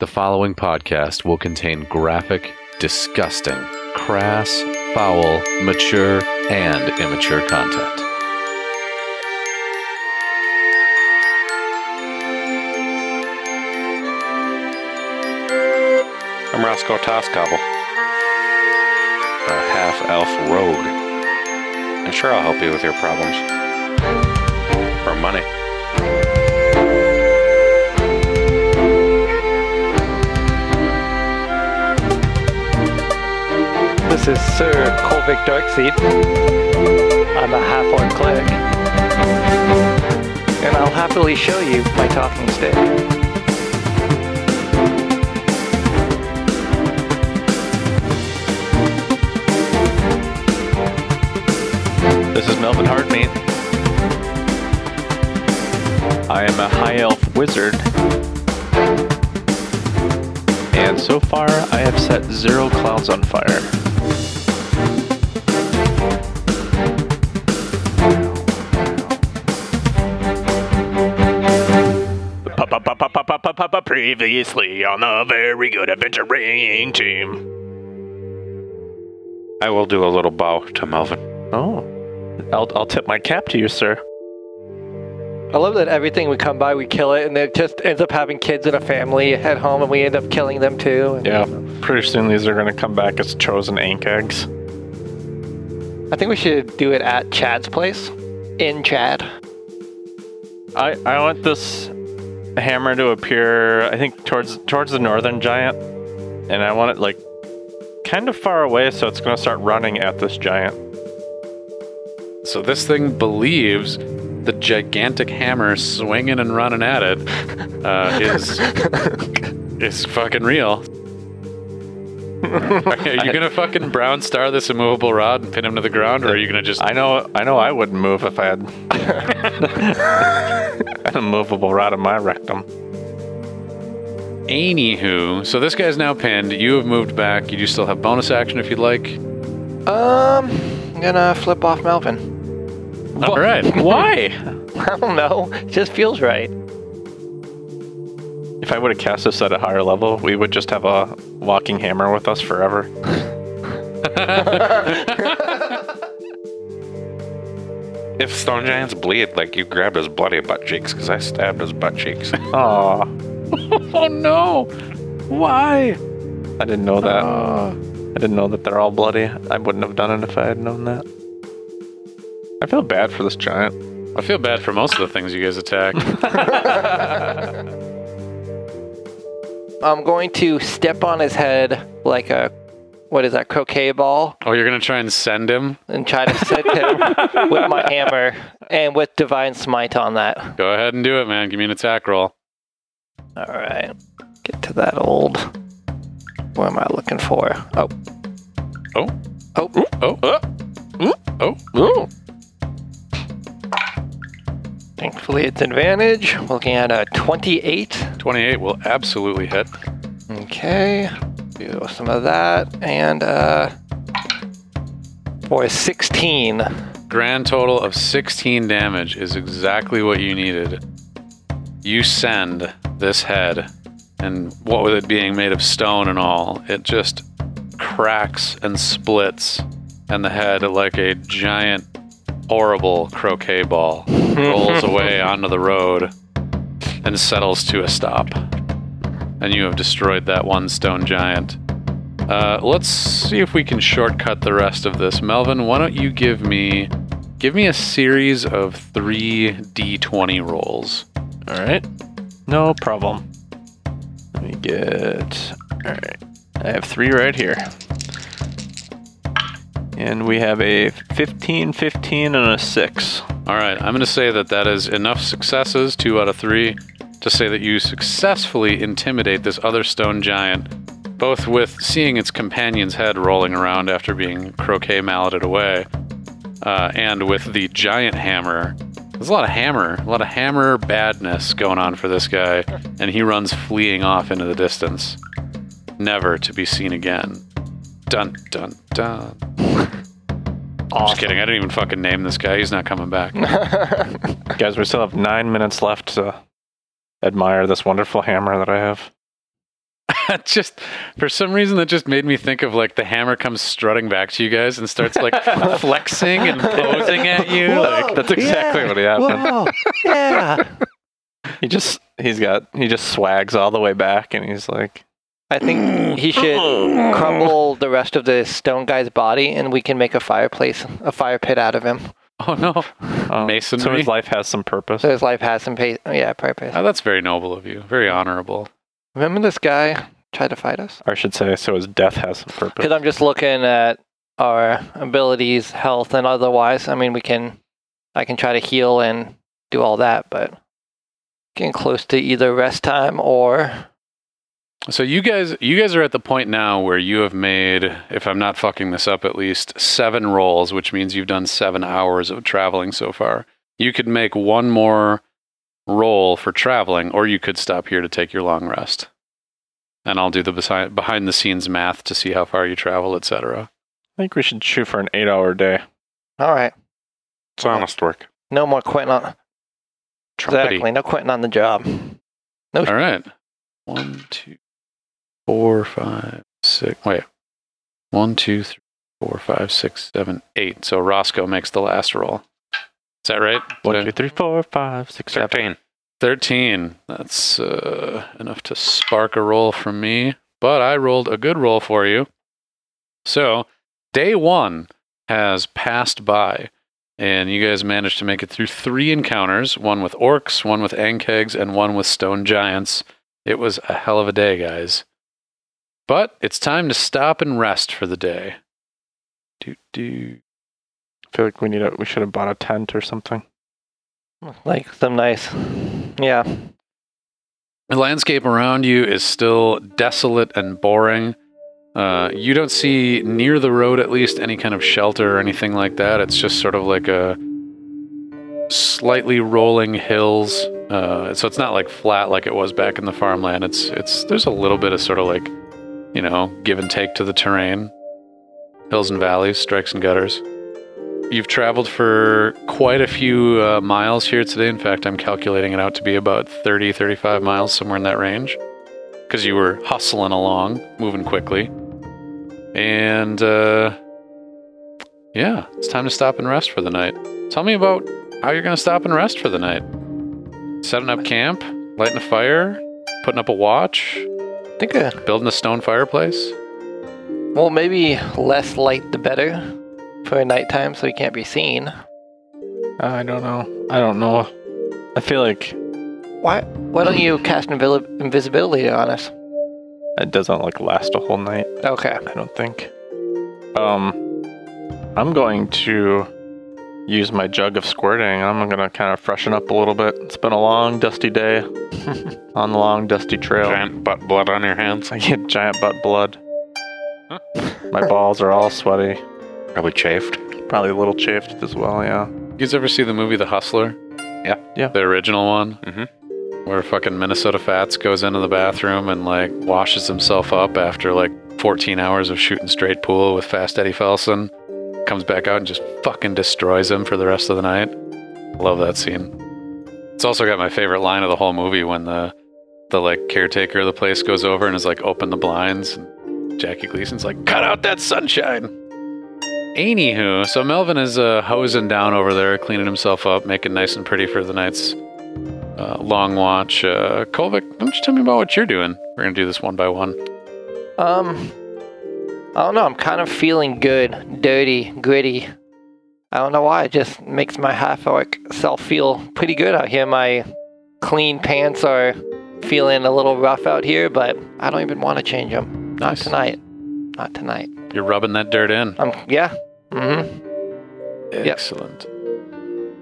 The following podcast will contain graphic, disgusting, crass, foul, mature, and immature content. I'm Roscoe Toscobble, a half elf rogue. I'm sure I'll help you with your problems. Or money. This is Sir Colvick Darkseed. I'm a half orc cleric. And I'll happily show you my talking stick. This is Melvin Hardmeat. I am a high elf wizard. And so far, I have set zero clouds on fire. Previously on the very good adventuring team. I will do a little bow to Melvin. Oh, I'll, I'll tip my cap to you, sir. I love that everything we come by, we kill it, and it just ends up having kids and a family at home, and we end up killing them too. And Yeah, pretty soon these are gonna come back as chosen ink eggs. I think we should do it at Chad's place. In Chad. I I want this hammer to appear. I think towards towards the northern giant, and I want it like kind of far away, so it's gonna start running at this giant. So this thing believes the gigantic hammer swinging and running at it uh, is is fucking real. are you gonna fucking brown star this immovable rod and pin him to the ground, or are you gonna just? I know I know I wouldn't move if I had an immovable rod in my rectum. Anywho, so this guy's now pinned. You have moved back. You do still have bonus action if you'd like. Um, I'm gonna flip off Melvin. All right. Why? I don't know. It just feels right. If I would have cast this at a higher level, we would just have a walking hammer with us forever. If stone giants bleed, like you grabbed his bloody butt cheeks, because I stabbed his butt cheeks. Aw, Oh no! Why? I didn't know that. I didn't know that they're all bloody. I wouldn't have done it if I had known that. I feel bad for this giant. I feel bad for most of the things you guys attack. I'm going to step on his head like a, what is that, croquet ball? oh, you're gonna try and send him? and try to sit him with my hammer and with divine smite on that. Go ahead and do it, man. Give me an attack roll. All right, get to that old. What am I looking for? Oh, Oh, oh, oh, oh, oh. thankfully it's advantage. Looking at a 28. 28 will absolutely hit. Okay, do some of that and uh, for a 16. Grand total of 16 damage is exactly what you needed. You send this head, and what with it being made of stone and all, it just cracks and splits, and the head, like a giant, horrible croquet ball, rolls away onto the road and settles to a stop. And you have destroyed that one stone giant. Uh, let's see if we can shortcut the rest of this. Melvin, why don't you give me give me a series of three d20 rolls? All right, no problem. Let me get. All right, I have three right here, and we have a 15, 15, and a six. All right, I'm going to say that that is enough successes, two out of three, to say that you successfully intimidate this other stone giant, both with seeing its companion's head rolling around after being croquet malleted away, uh, and with the giant hammer. There's a lot of hammer, a lot of hammer badness going on for this guy, and he runs fleeing off into the distance, never to be seen again. Dun dun dun. Just kidding, I didn't even fucking name this guy. He's not coming back. Guys, we still have nine minutes left to admire this wonderful hammer that I have. that just for some reason that just made me think of like the hammer comes strutting back to you guys and starts like flexing and posing at you. Like That's exactly what happened. Whoa! Yeah. He just he's got he just swags all the way back and he's like I think he should crumble the rest of the stone guy's body, and we can make a fireplace, a fire pit out of him. Oh no. oh, So Masonry? his life has some purpose. So his life has some pay- yeah purpose. Oh, that's very noble of you. Very honorable. Remember this guy tried to fight us? I should say so his death has some Because purpose. I'm just looking at our abilities, health, and otherwise. I mean, we can, I can try to heal and do all that, but getting close to either rest time or So you guys you guys are at the point now where you have made, if I'm not fucking this up at least, seven rolls, which means you've done seven hours of traveling so far. You could make one more roll for traveling, or you could stop here to take your long rest. And I'll do the besi- behind the scenes math to see how far you travel, etc. I think we should shoot for an 8-hour day. all right, It's honest work. no more quitting on Trumpety. exactly, no quitting on the job. All right. One, two, four, five, six. Wait. One, two, three, four, five, six, seven, eight. So Roscoe makes the last roll. Is that right? One, Did I- two, three, four, five, six, seven. 13. 13. That's uh, enough to spark a roll from me, but I rolled a good roll for you. So, day one has passed by, and you guys managed to make it through three encounters one with orcs, one with ankegs, and one with stone giants. It was a hell of a day, guys. But it's time to stop and rest for the day. Do, do. I feel like we need a we should have bought a tent or something. Like some nice, yeah. The landscape around you is still desolate and boring. Uh, you don't see near the road, at least, any kind of shelter or anything like that. It's just sort of like a slightly rolling hills. Uh, so it's not like flat like it was back in the farmland. It's it's there's a little bit of sort of like you know give and take to the terrain, hills and valleys, strikes and gutters. You've traveled for quite a few uh, miles here today. In fact, I'm calculating it out to be about 30, 35 miles, somewhere in that range, because you were hustling along, moving quickly. And uh, yeah, it's time to stop and rest for the night. Tell me about how you're going to stop and rest for the night. Setting up camp, lighting a fire, putting up a watch, I think uh, building a stone fireplace. Well, maybe less light the better for nighttime so he can't be seen. I don't know. I don't know. I feel like Why? Why don't you cast invili- invisibility on us? it doesn't like last a whole night. Okay. I don't think. Um, I'm going to use my jug of squirting. I'm gonna kind of freshen up a little bit. It's been a long, dusty day on the long, dusty trail. Giant butt blood on your hands. I get giant butt blood. my balls are all sweaty. Probably chafed. Probably a little chafed as well. Yeah. You guys ever see the movie The Hustler? Yeah. Yeah. The original one? Mhm. Mm-hmm. Where fucking Minnesota Fats goes into the bathroom and like washes himself up after like 14 hours of shooting straight pool with Fast Eddie Felsen. Comes back out and just fucking destroys him for the rest of the night. Love that scene. It's also got my favorite line of the whole movie when the the like caretaker of the place goes over and is like open the blinds and Jackie Gleason's like cut out that sunshine. Anywho, so Melvin is uh, hosing down over there, cleaning himself up, making nice and pretty for the night's uh, long watch. Uh, Kolvik, why don't you tell me about what you're doing? We're gonna do this one by one. Um. I don't know. I'm kind of feeling good, dirty, gritty. I don't know why. It just makes my half orc self feel pretty good out here. My clean pants are feeling a little rough out here, but I don't even want to change them. Not Nice. tonight. Not tonight. You're rubbing that dirt in. Um. Yeah. Mm-hmm. Excellent.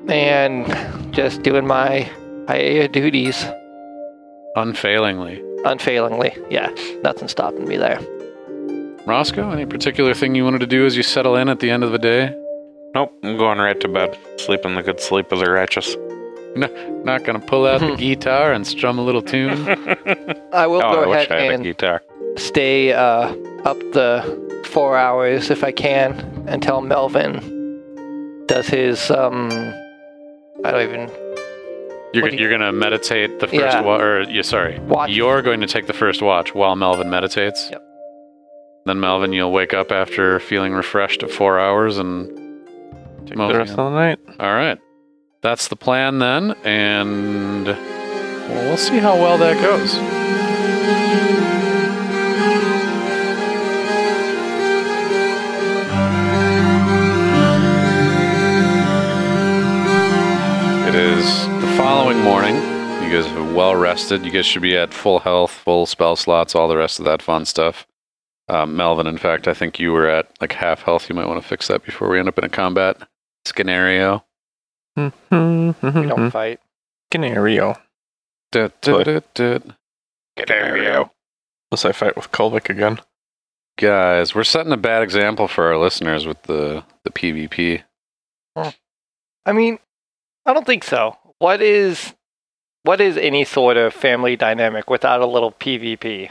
and just doing my IA duties Unfailingly. unfailingly. Yeah, nothing's stopping me there. Roscoe, any particular thing you wanted to do as you settle in at the end of the day? Nope, I'm going right to bed. Sleeping the good sleep of the righteous. Not gonna pull out the guitar and strum a little tune. I will oh, go I wish ahead I had a and guitar. stay uh, up the four hours if I can until Melvin does his um. I don't even. You're, What do g- you- you're gonna meditate the first Yeah. wa- or yeah, sorry, Watch. you're going to take the first watch while Melvin meditates. Yep. Then Melvin, you'll wake up after feeling refreshed at four hours, and Take Oh, Well, the rest yeah. of the night. all right, that's the plan then, and well, we'll see how well that goes. It is The following morning, You guys are well rested. You guys should be at full health, full spell slots, all the rest of that fun stuff. Um, Melvin, in fact, I think you were at like half health. You might want to fix that before we end up in a combat scenario. We Mm-hmm. don't fight. Canario. Du- du- du- du- Scenario. Unless I fight with Kolvik again. Guys, we're setting a bad example for our listeners with the, the PvP. I mean, I don't think so. What is what is any sort of family dynamic without a little PvP?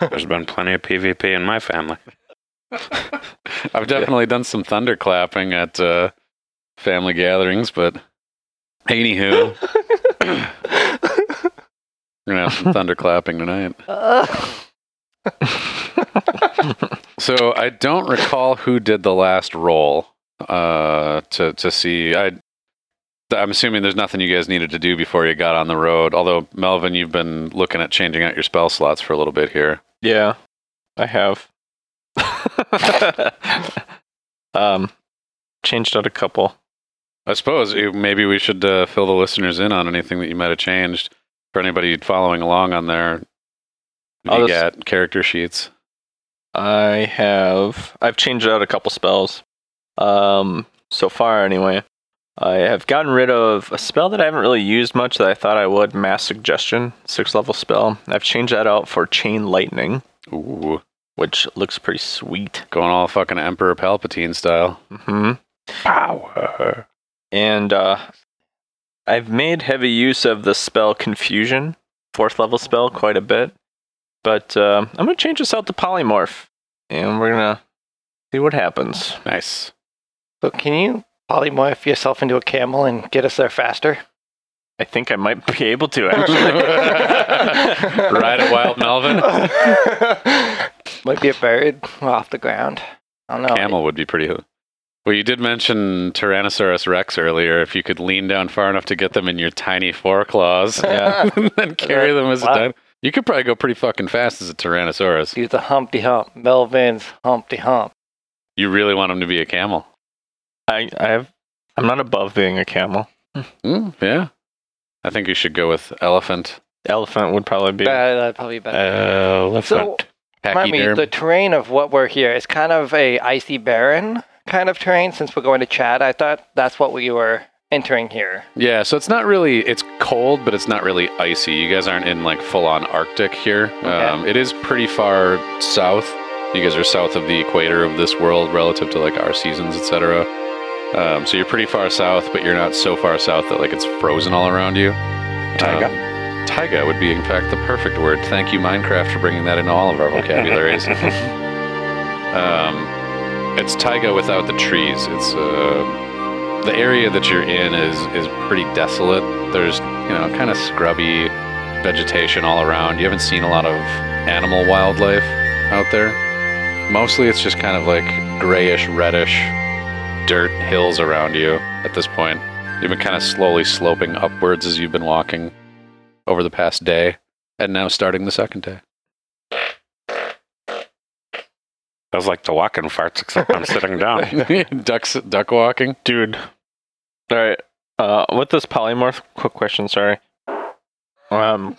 There's been plenty of PvP in my family. I've definitely done some thunder clapping at uh, family gatherings, but anywho, we're gonna have some thunder clapping tonight. Uh, So I don't recall who did the last roll uh, to to see. I I'm assuming there's nothing you guys needed to do before you got on the road. Although Melvin, you've been looking at changing out your spell slots for a little bit here. Yeah, I have. um, changed out a couple. I suppose eh, maybe we should uh, fill the listeners in on anything that you might have changed for anybody following along on their I'll VGAT character sheets. I have. I've changed out a couple spells. Um, so far anyway. I have gotten rid of a spell that I haven't really used much that I thought I would. Mass suggestion, six level spell. I've changed that out for chain lightning, Ooh, which looks pretty sweet. going all fucking Emperor Palpatine style. Mm-hmm. Power. And uh, I've made heavy use of the spell Confusion, fourth level spell, quite a bit. But uh, I'm going to change this out to Polymorph, and we're going to see what happens. Nice. so can you polymorph yourself into a camel and get us there faster? I think I might be able to, actually. Ride at Wild Melvin. Might be a bird off the ground. I don't know. Camel would be pretty. Well, you did mention Tyrannosaurus Rex earlier. If you could lean down far enough to get them in your tiny foreclaws Yeah. and then carry them as a Wow. dino, you could probably go pretty fucking fast as a Tyrannosaurus. Do the Humpty Hump, Melvin's Humpty Hump. You really want them to be a camel. I, I have, I'm not above being a camel. Mm, yeah. I think you should go with elephant. Elephant would probably be. uh, Bad, that'd probably be better. so, Elephant. remind me, pachyderm. the terrain of what we're here is kind of a icy barren kind of terrain. Since we're going to Chad, I thought that's what we were entering here. Yeah, so it's not really it's cold, but it's not really icy. You guys aren't in like full on Arctic here. Um, it is pretty far south. You guys are south of the equator of this world relative to like our seasons, etc. Um, so you're pretty far south, but you're not so far south that like it's frozen all around you. Taiga. Um, taiga would be, in fact, the perfect word. Thank you, Minecraft, for bringing that into all of our vocabularies. um, it's taiga without the trees. It's uh, the area that you're in is is pretty desolate. There's you know kind of scrubby vegetation all around. You haven't seen a lot of animal wildlife out there. Mostly, it's just kind of like grayish, reddish dirt hills around you at this point. You've been kind of slowly sloping upwards as you've been walking over the past day, and now starting the second day. That was like the walking farts, except I'm sitting down. Ducks, duck walking. Dude. All right. Uh, with this polymorph, quick question, sorry. Um,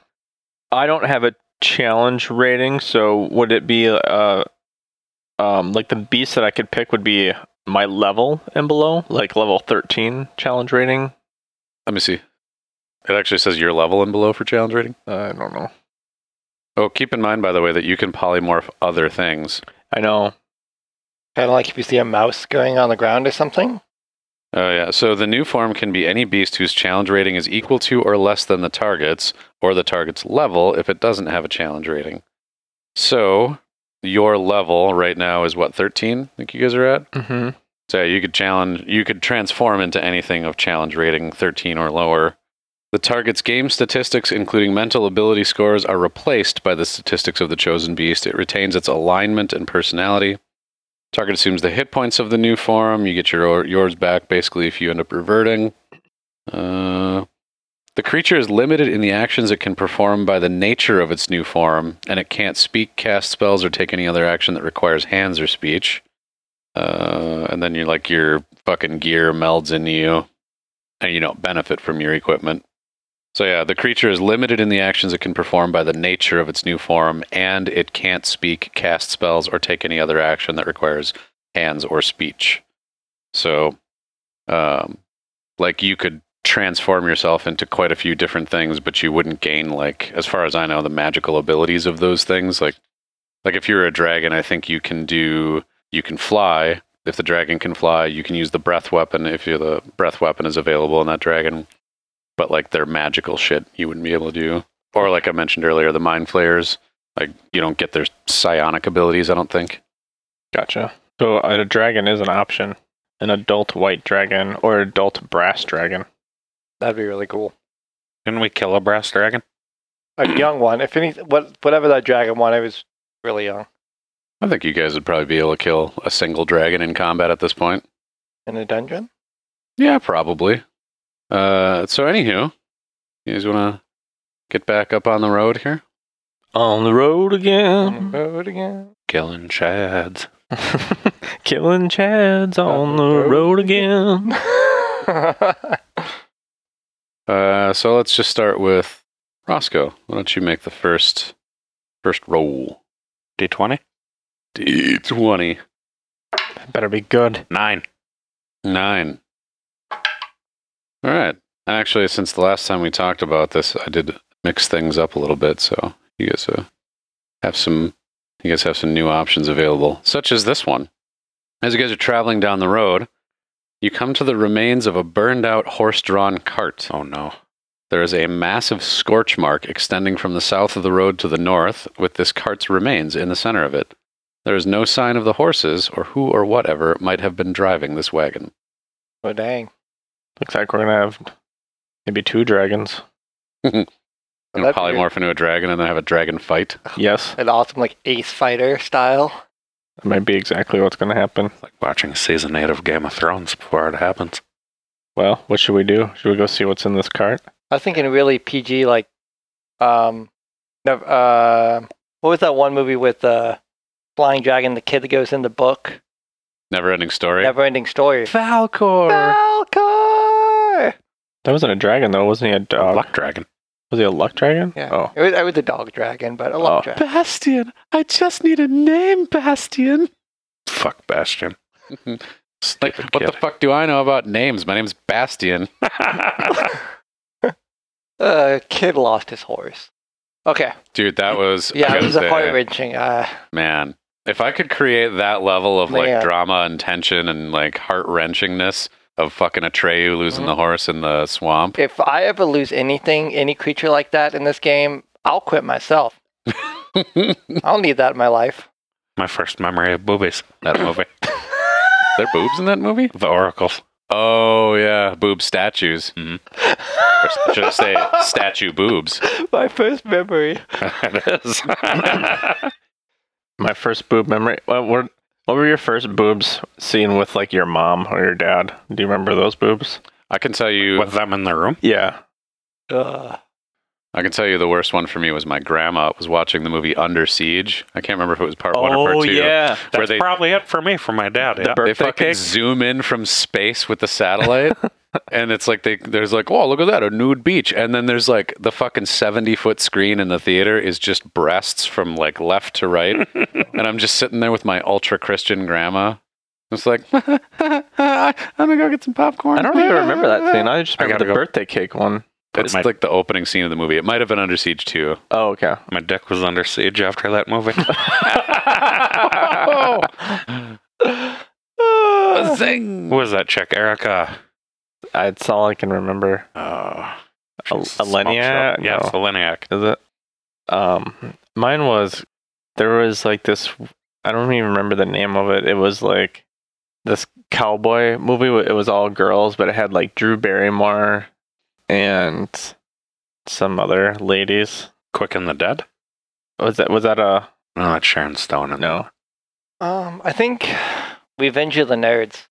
I don't have a challenge rating, so would it be uh, um, like the beast that I could pick would be my level and below, like level thirteen challenge rating? Let me see. It actually says your level and below for challenge rating. Uh, I don't know. Oh, keep in mind, by the way, that you can polymorph other things. I know. Kind of like if you see a mouse going on the ground or something. Oh, yeah. So the new form can be any beast whose challenge rating is equal to or less than the target's, or the target's level if it doesn't have a challenge rating. So your level right now is what, 13? I think you guys are at? Mm-hmm. So yeah, you could challenge, you could transform into anything of challenge rating 13 or lower. The target's game statistics, including mental ability scores, are replaced by the statistics of the chosen beast. It retains its alignment and personality. Target assumes the hit points of the new form. You get your yours back basically if you end up reverting. Uh, the creature is limited in the actions it can perform by the nature of its new form, and it can't speak, cast spells, or take any other action that requires hands or speech. Uh, and then you're like your fucking gear melds into you, and you don't benefit from your equipment. So yeah, the creature is limited in the actions it can perform by the nature of its new form, and it can't speak, cast spells, or take any other action that requires hands or speech. So, um, like you could transform yourself into quite a few different things, but you wouldn't gain like, as far as I know, the magical abilities of those things. Like, like if you're a dragon, I think you can do you can fly. If the dragon can fly, you can use the breath weapon if you're the breath weapon is available in that dragon but like their magical shit you wouldn't be able to do. Or like I mentioned earlier, the mind flayers, like you don't get their psionic abilities, I don't think. Gotcha. So a dragon is an option. An adult white dragon or adult brass dragon. That'd be really cool. Can we kill a brass dragon? A young one, if any, what, whatever that dragon one, it was really uh, young. I think you guys would probably be able to kill a single dragon in combat at this point. In a dungeon? Yeah, probably. Uh, so anywho, you guys want to get back up on the road here? On the road again. Road again. Killing Chads. Killing Chads on the road again. Oh, Uh, so let's just start with Roscoe. Why don't you make the first first roll? D20? D twenty Better be good. Nine. nine. All right. And actually, since the last time we talked about this, I did mix things up a little bit. So you guys uh, have some you guys have some new options available, such as this one. As you guys are traveling down the road, you come to the remains of a burned out horse drawn cart. Oh no. There is a massive scorch mark extending from the south of the road to the north, with this cart's remains in the center of it. There is no sign of the horses or who or whatever might have been driving this wagon. Oh, dang. Looks like we're gonna have maybe two dragons. You know, That'd be good. polymorph into a dragon and then have a dragon fight. Yes, An awesome, like, ace fighter style. that might be exactly what's gonna happen. It's like watching season eight of Game of Thrones before it happens. Well, what should we do? Should we go see what's in this cart? I was thinking really PG, like, um, nev- uh, what was that one movie with uh, Flying Dragon, the kid that goes in the book? Never ending story. Never ending story. Falcor! Falcor! That wasn't a dragon though, wasn't he a dog? Luck dragon. Was he a luck dragon? Yeah. Oh, It was, it was a dog dragon, but a Oh. love dragon. Bastion! I just need a name, Bastion! Fuck Bastion. Like, Stupid what kid. the fuck do I know about names? My name's Bastion. Uh, kid lost his horse. Okay. Dude, that was. I Yeah, it gotta was a say, heart wrenching. Uh, Man, if I could create that level of Man. like drama and tension and like heart wrenchingness of fucking Atreyu losing Mhm. the horse in the swamp, if I ever lose anything, any creature like that in this game, I'll quit myself. I don't need that in my life. My first memory of boobies. That movie. there boobs in that movie? the Oracles. Oh yeah, boob statues. Mhm. Or should I say statue boobs? my first memory. it is. my first boob memory. What were what were your first boobs seen with like your mom or your dad? Do you remember those boobs? I can tell you. With them in the room? Yeah. Ugh. I can tell you the worst one for me was my grandma was watching the movie Under Siege. I can't remember if it was part one or part two. Where That's they- probably it for me, for my dad. The yeah. bird- They Oh, Birthday fucking cake? zoom in from space with the satellite, and it's like they there's like, oh look at that, a nude beach, and then there's like the fucking seventy foot screen in the theater is just breasts from like left to right, and I'm just sitting there with my ultra Christian grandma. It's like I'm gonna go get some popcorn. I don't even remember that scene. I just I remember gotta the go. birthday cake one. It's My- like the opening scene of the movie. It might have been Under Siege too. Oh, okay. My dick was under siege after that movie. Zing. Who was that chick? Erica. That's all I can remember. Oh. Al- she's a small Alenia? shop. Yeah, it's No. Aleniac. Is it? Um, mine was there was like this. I don't even remember the name of it. It was like this cowboy movie. where It was all girls, but it had like Drew Barrymore and some other ladies. Quick and the Dead? Was that was that a No, that's Sharon Stone. in no Um, I think Revenge of the Nerds.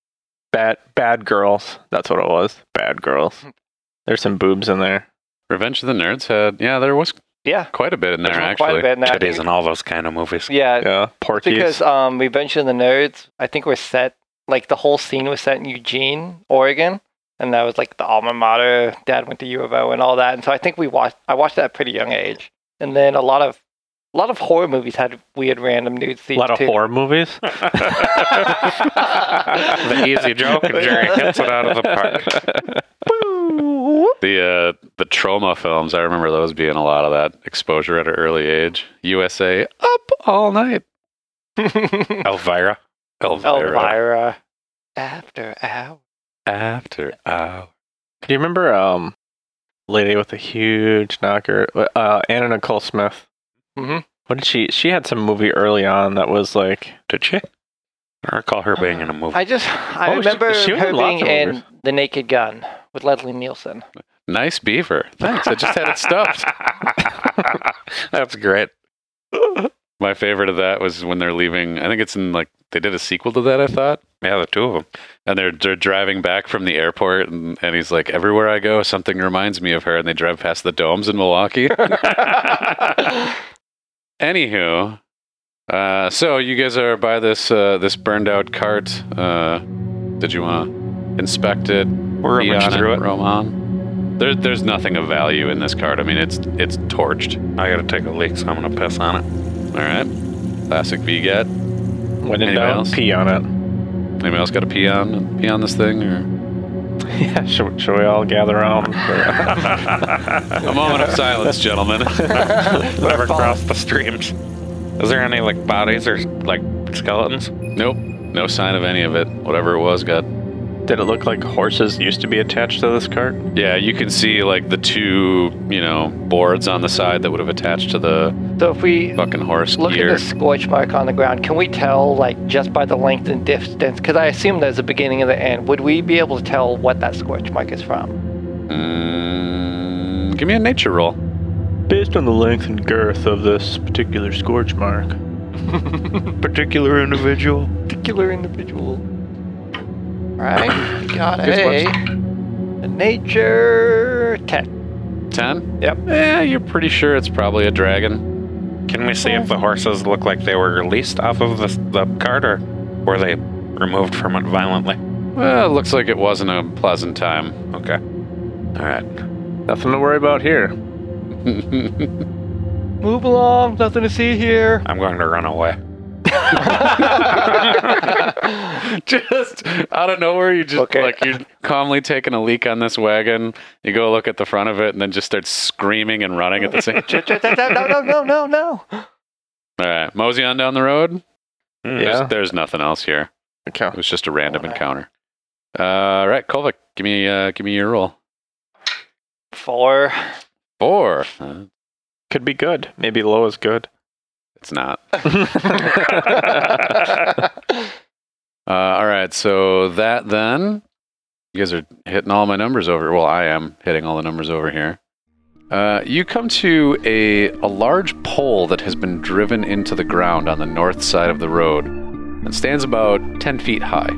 bad bad girls? That's what it was. Bad girls. There's some boobs in there. Revenge of the Nerds had yeah, there was Yeah. quite a bit in there there's actually. quite a bit in there. that. Titties and all those kind of movies. Yeah, Yeah, Porky's. because um, Revenge of the Nerds, I think was set like the whole scene was set in Eugene, Oregon, and that was like the alma mater. Dad went to U of O and all that, and so I think we watched. I watched that at a pretty young age, and then a lot of a lot of horror movies had weird random nude a scenes. lot of too. horror movies. the easy joke, and Jerry hits it out of the park. The uh, the trauma films, I remember those being a lot of that exposure at an early age. USA up all night. Elvira. Elvira, Elvira. After hours. after hour. Do you remember um, lady with a huge knocker, uh, Anna Nicole Smith? Mhm. What did she? She had some movie early on that was like Did she? I recall her being in a movie. I just I Oh, she- remember she was her in lots being of in movies. The Naked Gun with Leslie Nielsen. Nice beaver. Thanks. I just had it stuffed. That's great. My favorite of that was when they're leaving. I think it's in like they did a sequel to that. I thought, Yeah, the two of them. and they're they're driving back from the airport, and, and he's like, everywhere I go, something reminds me of her. And they drive past the domes in Milwaukee. Anywho, uh, so you guys are by this uh, this burned out cart. Uh, did you want to inspect it? We're pee on rummaging it, through it. Roman. There, there's nothing of value in this cart. I mean, it's it's torched. I gotta take a leak, so I'm gonna piss on it. All right, classic VGAT. when in Anybody down, else? pee on Anybody else got to pee on pee on this thing? Or? it. Yeah, should, should we all gather around? A moment of silence, gentlemen. Whatever crossed the streams. Is there any like bodies or like skeletons? nope, no sign of any of it. Whatever it was got. did it look like horses used to be attached to this cart? Yeah, you can see like the two, you know, boards on the side that would have attached to the So if we fucking horse Look gear. at the scorch mark on the ground. Can we tell, like, just by the length and distance? Because I assume there's a beginning and the end. Would we be able to tell what that scorch mark is from? Mm, give me a nature roll. Based on the length and girth of this particular scorch mark. Particular individual. Particular individual. Right? Got Guess a nature ten. Ten. Yep. Yeah, you're pretty sure it's probably a dragon. Can we see if the horses look like they were released off of the, the cart or were they removed from it violently? Well, it looks like it wasn't a pleasant time. Okay. All right. Nothing to worry about here. Move along. Nothing to see here. I'm going to run away. Just out of nowhere, you just Okay. like you're calmly taking a leak on this wagon. You go look at the front of it, and then just start screaming and running at the same. no, no, no, no, no. All right, mosey on down the road. Yeah. Hmm. There's, there's nothing else here. Okay. It was just a random Alright. encounter. Uh, all right, Kovic, give me uh, give me your roll. Four. Four. Uh, Could be good. Maybe low is good. it's not. Uh, all right, so that then, you guys are hitting all my numbers over. Well, I am hitting all the numbers over here. Uh, you come to a a large pole that has been driven into the ground on the north side of the road, and stands about ten feet high.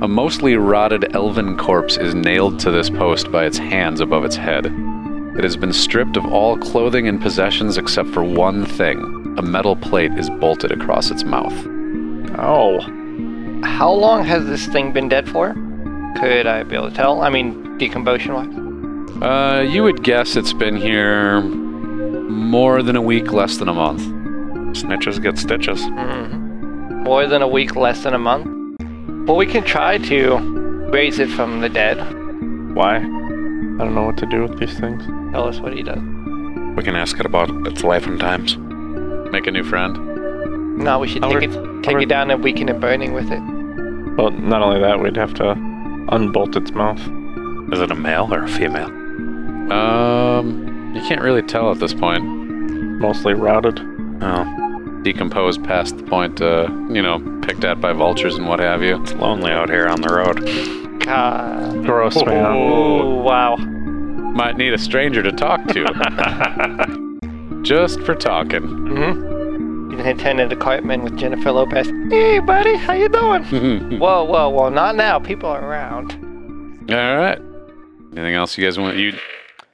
A mostly rotted elven corpse is nailed to this post by its hands above its head. It has been stripped of all clothing and possessions except for one thing. A metal plate is bolted across its mouth. oh. How long has this thing been dead for? Could I be able to tell? I mean, decomposition wise. Uh, you would guess it's been here more than a week, less than a month. Snitches get stitches. Mm-hmm. More than a week, less than a month. Well, we can try to raise it from the dead. Why? I don't know what to do with these things. Tell us what he does. We can ask it about its life and times. Make a new friend. No, we should I'll take re- it, take it down and weaken it burning with it. Well, not only that, we'd have to unbolt its mouth. Is it a male or a female? Um, you can't really tell at this point. Mostly rotted. Oh. decomposed past the point, uh, you know, picked at by vultures and what have you. It's lonely out here on the road. God. Gross, man. Oh, wow. Might need a stranger to talk to. Just for talking. Mm-hmm. You attended the Cartman with Jennifer Lopez. Hey, buddy, how you doing? whoa, whoa, whoa! Not now. People are around. All right. Anything else you guys want? You.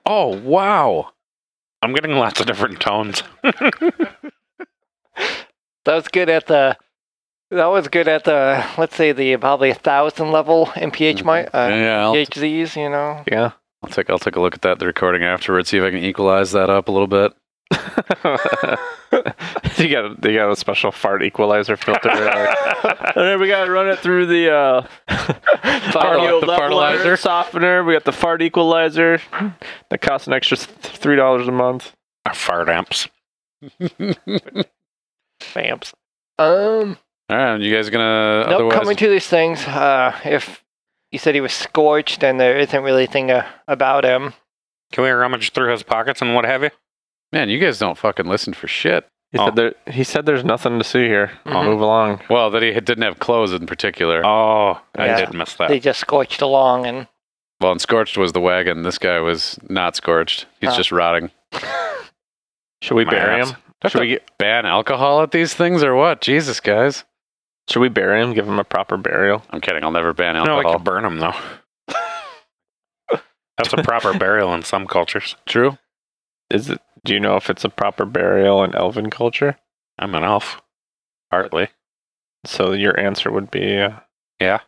Oh wow! I'm getting lots of different tones. That was good at the. That was good at the. Let's say the probably thousand level MPH Mm-hmm. mic. Uh, yeah, I'll, PHZs, you know. Yeah. I'll take I'll take a look at that the recording afterwards. See if I can equalize that up a little bit. you got they got a special fart equalizer filter. uh, and then we got to run it through the uh, audio the leveler, fartalizer. softener. We got the fart equalizer that costs an extra th- three dollars a month. Our fart amps. Bamps. Um. All right, you guys gonna Nope, otherwise? coming to these things, uh, if you said he was scorched and there isn't really a thing uh, about him, Can we rummage through his pockets and what have you? man, you guys don't fucking listen for shit. He Oh. said Mm-hmm. there, he said there's nothing to see here. I'll Mhm. Move along. Well, that he had- didn't have clothes in particular. Oh, I Yeah. did miss that. they just scorched along and Well, and scorched was the wagon. This guy was not scorched. He's Oh. just rotting. Should we My bury ass. him? Should Should we we ban alcohol at these things or what? Jesus, guys. Should we bury him? Give him a proper burial? I'm kidding. I'll never ban no, alcohol. we could burn him though. That's a proper burial in some cultures. True. Is it? Do you know if it's a proper burial in Elven culture? I'm an elf. Partly. So your answer would be uh, Yeah.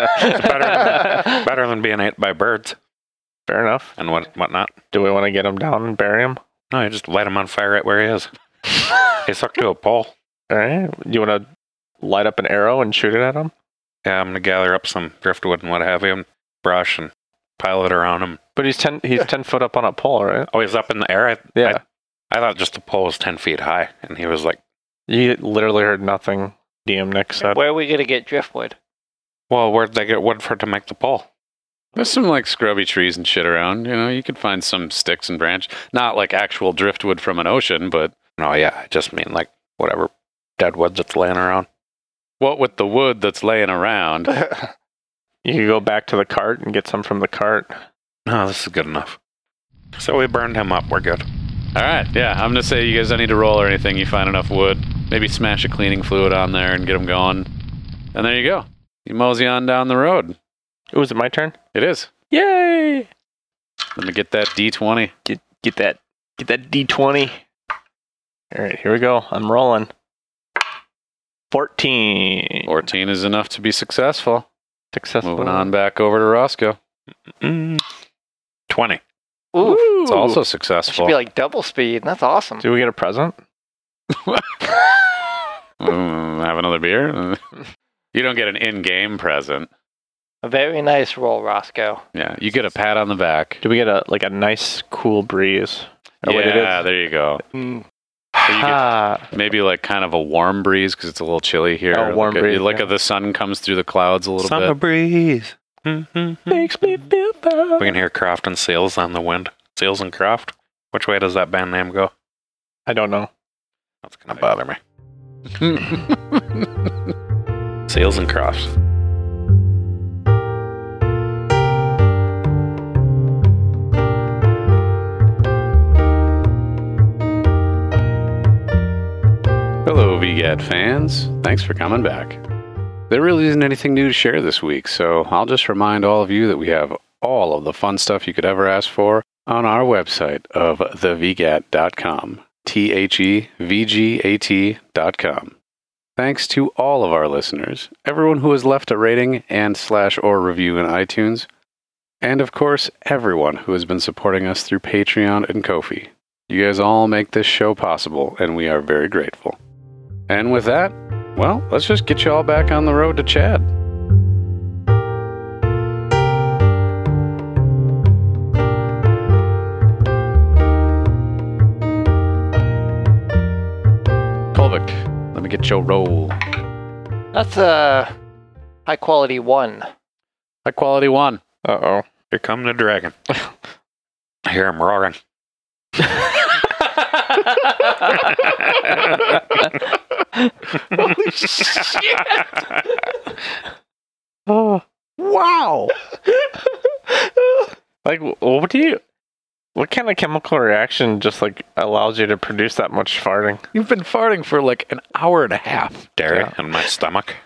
better Fair Better than being ate by birds enough. and what whatnot. Do we want to get him down and bury him? No, you just light him on fire right where he is. He's hooked to a pole. All right. You want to light up an arrow and shoot it at him? Yeah, I'm gonna gather up some driftwood and what have you, and brush and pile it around him. But he's ten. He's ten foot up on a pole, right? Oh, he's up in the air. I, Yeah. I thought just the pole was ten feet high, and he was like, you literally heard nothing. DM Nick said. where are we going to get driftwood? "Well, where'd they get wood for to make the pole?" There's some like scrubby trees and shit around. You know, you could find some sticks and branch. Not like actual driftwood from an ocean, but No, yeah, I just mean like whatever dead wood that's laying around. what with the wood that's laying around. You could go back to the cart and get some from the cart. No, this is good enough. So we burned him up. We're good. All right, yeah. I'm gonna say you guys don't need to roll or anything. You find enough wood, maybe smash a cleaning fluid on there and get them going, and there you go. You mosey on down the road. Ooh, is it my turn? It is. Yay! Let me get that D20. Get get that get that D twenty. All right, here we go. I'm rolling. Fourteen. 14 is enough to be successful. Successful. Moving on back over to Roscoe. Mm, Twenty. Ooh, It's also that should successful. be like double speed. That's awesome. Do we get a present? Mm, have another beer. you don't get an in-game present. A very nice roll, Roscoe. Yeah, you get a pat on the back. Do we get a like a nice cool breeze? Or wait, it yeah, is- Hmm. there you go. Or Mm. you get Ah, maybe like kind of a warm breeze because it's a little chilly here. Oh, warm like uh, breeze, A, like yeah. a, the sun comes through the clouds a little Summer bit. breeze. Mm-hmm. We makes me feel bad. can hear Croft and Seals on the wind. Seals and Croft. Which way does that band name go? I don't know. That's gonna bother me. Seals and Crofts. Hello, VGAT fans. Thanks for coming back. There really isn't anything new to share this week, so I'll just remind all of you that we have all of the fun stuff you could ever ask for on our website of thevgat.com. T H E V G A T dot com. Thanks to all of our listeners, everyone who has left a rating and slash or review in iTunes, and of course, everyone who has been supporting us through Patreon and Ko-fi. You guys all make this show possible, and we are very grateful. And with that, well, let's just get you all back on the road to Chad. Kolvik, let me get your roll. That's a high quality one. High quality one. Uh oh. Here come the dragon. I hear him roaring. Holy shit! Wow. Like, wh- what do you? What kind of chemical reaction just like allows you to produce that much farting? You've been farting for like an hour and a half, Dairy in my stomach.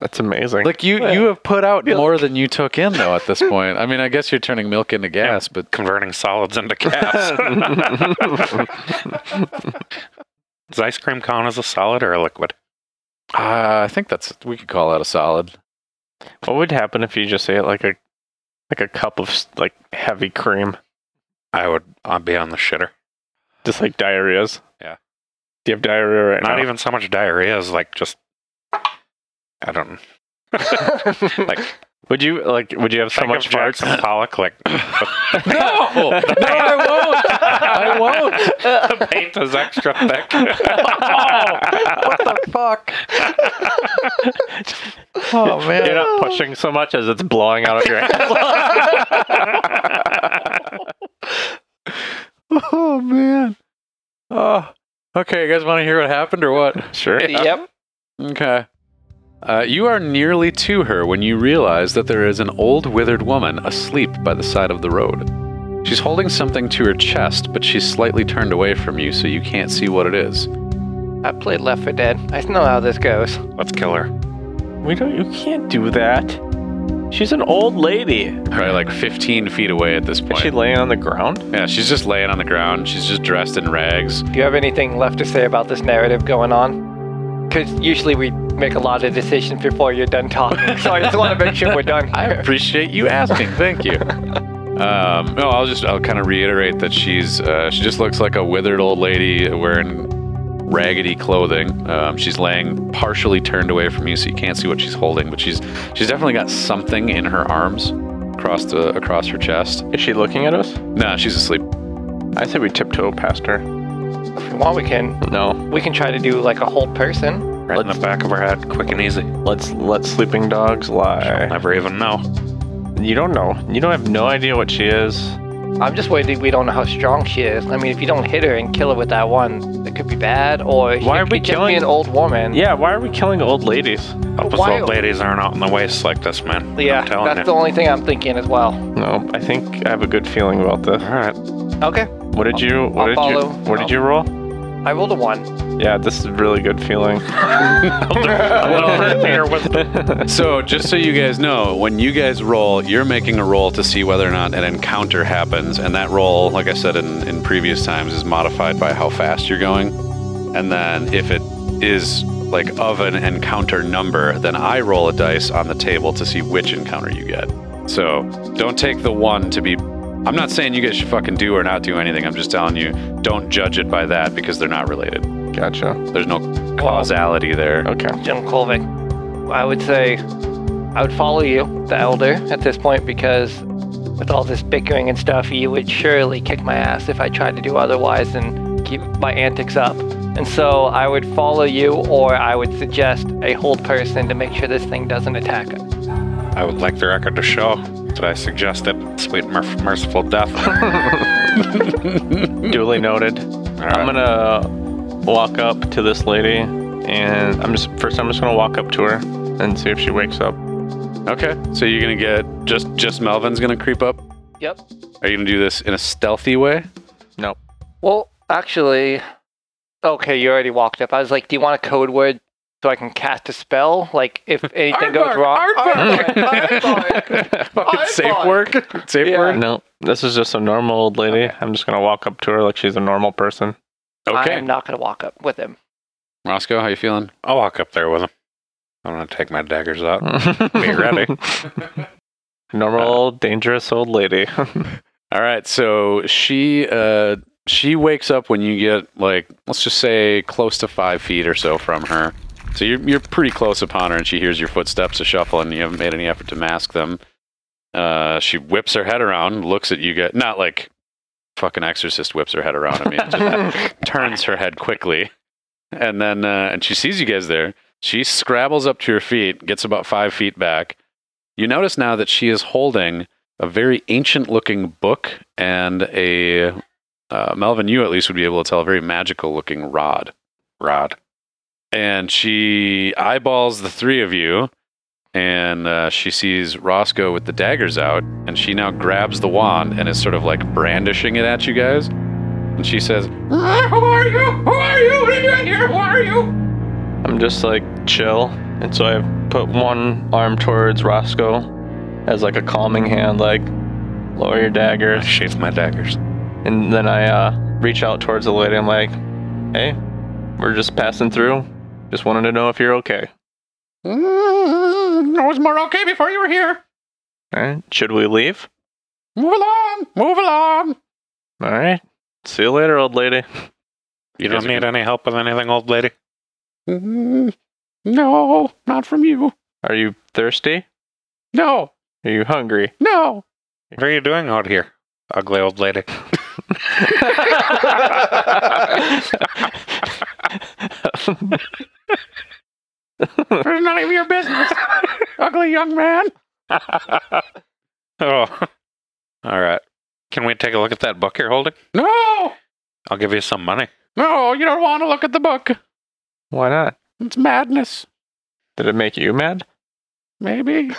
That's amazing. Like you, you have put out more than you took in though at this point. I mean, I guess you're turning milk into gas, but Converting solids into gas. Does ice cream count as a solid or a liquid? uh, I think that's we could call that a solid. what would happen if you just ate like a like a cup of s- like heavy cream, I would uh, be on the shitter. just like diarrhea's? Yeah. Do you have diarrhea right Not now? even so much diarrhea as like just. I don't know. like Would you like? Would you have so think much of farts? Jackson Pollock, like No, no, I won't. I won't. the paint is extra thick. Oh, What the fuck? Oh man. You're not pushing so much as it's blowing out of your ass. Oh man. Oh, okay. You guys want to hear what happened or what? sure. Yep. Okay. Uh, you are nearly to her when you realize that there is an old withered woman asleep by the side of the road. She's holding something to her chest, but she's slightly turned away from you, so you can't see what it is. I played Left 4 Dead. I know how this goes. Let's kill her. We don't. You can't do that. She's an old lady. Probably like 15 feet away at this point. Is she laying on the ground? yeah, she's just laying on the ground. She's just dressed in rags. Do you have anything left to say about this narrative going on? Because usually we make a lot of decisions before you're done talking. So I just want to make sure we're done. I appreciate you asking. Thank you. Um, no, I'll just I'll kind of reiterate that she's uh, she just looks like a withered old lady wearing raggedy clothing. Um, she's laying partially turned away from you, so you can't see what she's holding. But she's she's definitely got something in her arms across the across her chest. Is she looking at us? Nah, she's asleep. I say we tiptoe past her. If you want, we can No, we can try to do like a whole person. Right in the back of her head, quick and easy. let's let sleeping dogs lie. Never even know. You don't know. You don't have no idea what she is. I'm just worried that we don't know how strong she is. I mean, if you don't hit her and kill her with that one, it could be bad. Or she Why are could we just killing- be an old woman. Yeah, why are we killing old ladies? Hope us Why- old ladies aren't out in the waste like this, man. Yeah, I'm telling that's you. the only thing I'm thinking as well. No, I think I have a good feeling about this. All right. Okay, What did you? What I'll did follow. you? What did you roll? I rolled a one. Yeah, this is a really good feeling. So, just so you guys know, when you guys roll, you're making a roll to see whether or not an encounter happens. And that roll, like I said in, in previous times, is modified by how fast you're going. And then if it is like of an encounter number, then I roll a dice on the table to see which encounter you get. So, don't take the one to be. I'm not saying you guys should fucking do or not do anything. I'm just telling you, don't judge it by that because they're not related. gotcha. There's no causality there. Okay. Jim Colvick. I would say I would follow you, the elder, at this point because with all this bickering and stuff, you would surely kick my ass if I tried to do otherwise and keep my antics up. And so I would follow you, or I would suggest a hold person to make sure this thing doesn't attack us. I would like the record to show that I suggested sweet mer- merciful death. Duly noted. I'm gonna walk up to this lady, and I'm just first. I'm just gonna walk up to her and see if she wakes up. Okay, so you're gonna get just just Melvin's gonna creep up. Yep. Are you gonna do this in a stealthy way? No. Well, actually, okay, you already walked up. I was like, do you want a code word so I can cast a spell? Like, if anything goes wrong. Fucking safe Eyeball. work. Safe Yeah. work. No. This is just a normal old lady. I'm just gonna walk up to her like she's a normal person. Okay. I'm not going to walk up with him. Roscoe, how you feeling? I'll walk up there with him. I'm gonna take my daggers out. Be ready. Uh, normal, dangerous old lady. All right, so she uh she wakes up when you get like let's just say close to five feet or so from her. So you're you're pretty close upon her, and she hears your footsteps a shuffle, and you haven't made any effort to mask them. Uh, she whips her head around, looks at you guys, not like fucking exorcist whips her head around. I mean, just turns her head quickly, and then uh, and she sees you guys there. She scrabbles up to your feet, gets about five feet back. You notice now that she is holding a very ancient looking book and a uh, Melvin, you at least would be able to tell, a very magical looking rod Rod. and she eyeballs the three of you and uh, she sees roscoe with the daggers out and she now grabs the wand and is sort of like brandishing it at you guys and she says I'm just like chill, and so I put one arm towards Roscoe as like a calming hand, like lower your I daggers, sheath my daggers. and then I uh, reach out towards the lady. I'm like, "Hey, we're just passing through. Just wanted to know if you're okay. "Mm, i was more okay before you were here All right, should we leave? move along move along All right, see you later, old lady. Yes, You don't need any help with anything, old lady. "Mm, no not from you Are you thirsty? no Are you hungry? no What are you doing out here, ugly old lady? it's none of your business ugly young man oh. All right. Can we take a look at that book you're holding? no I'll give you some money. no you don't want to look at the book Why not? it's madness Did it make you mad? maybe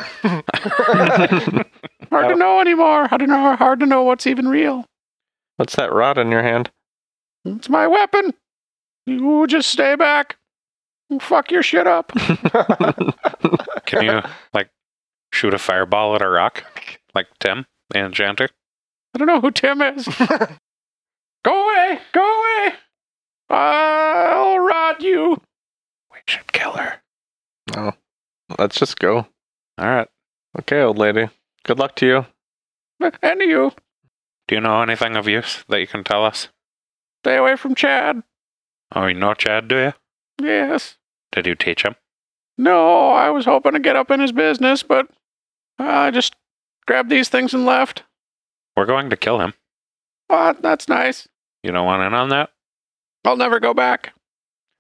Hard to know anymore. Hard to know. Hard to know what's even real. What's that rod in your hand? It's my weapon. You just stay back. and Fuck your shit up. Can you like shoot a fireball at a rock, like Tim the Enchanter? I don't know who Tim is. go away. Go away. I'll rot you. We should kill her. Let's just go. All right. Okay, old lady. Good luck to you. And you. Do you know anything of use that you can tell us? Stay away from Chad. Oh, you know Chad, do you? Yes. Did you teach him? No, I was hoping to get up in his business, but I just grabbed these things and left. We're going to kill him. Ah, that's nice. You don't want in on that? I'll never go back.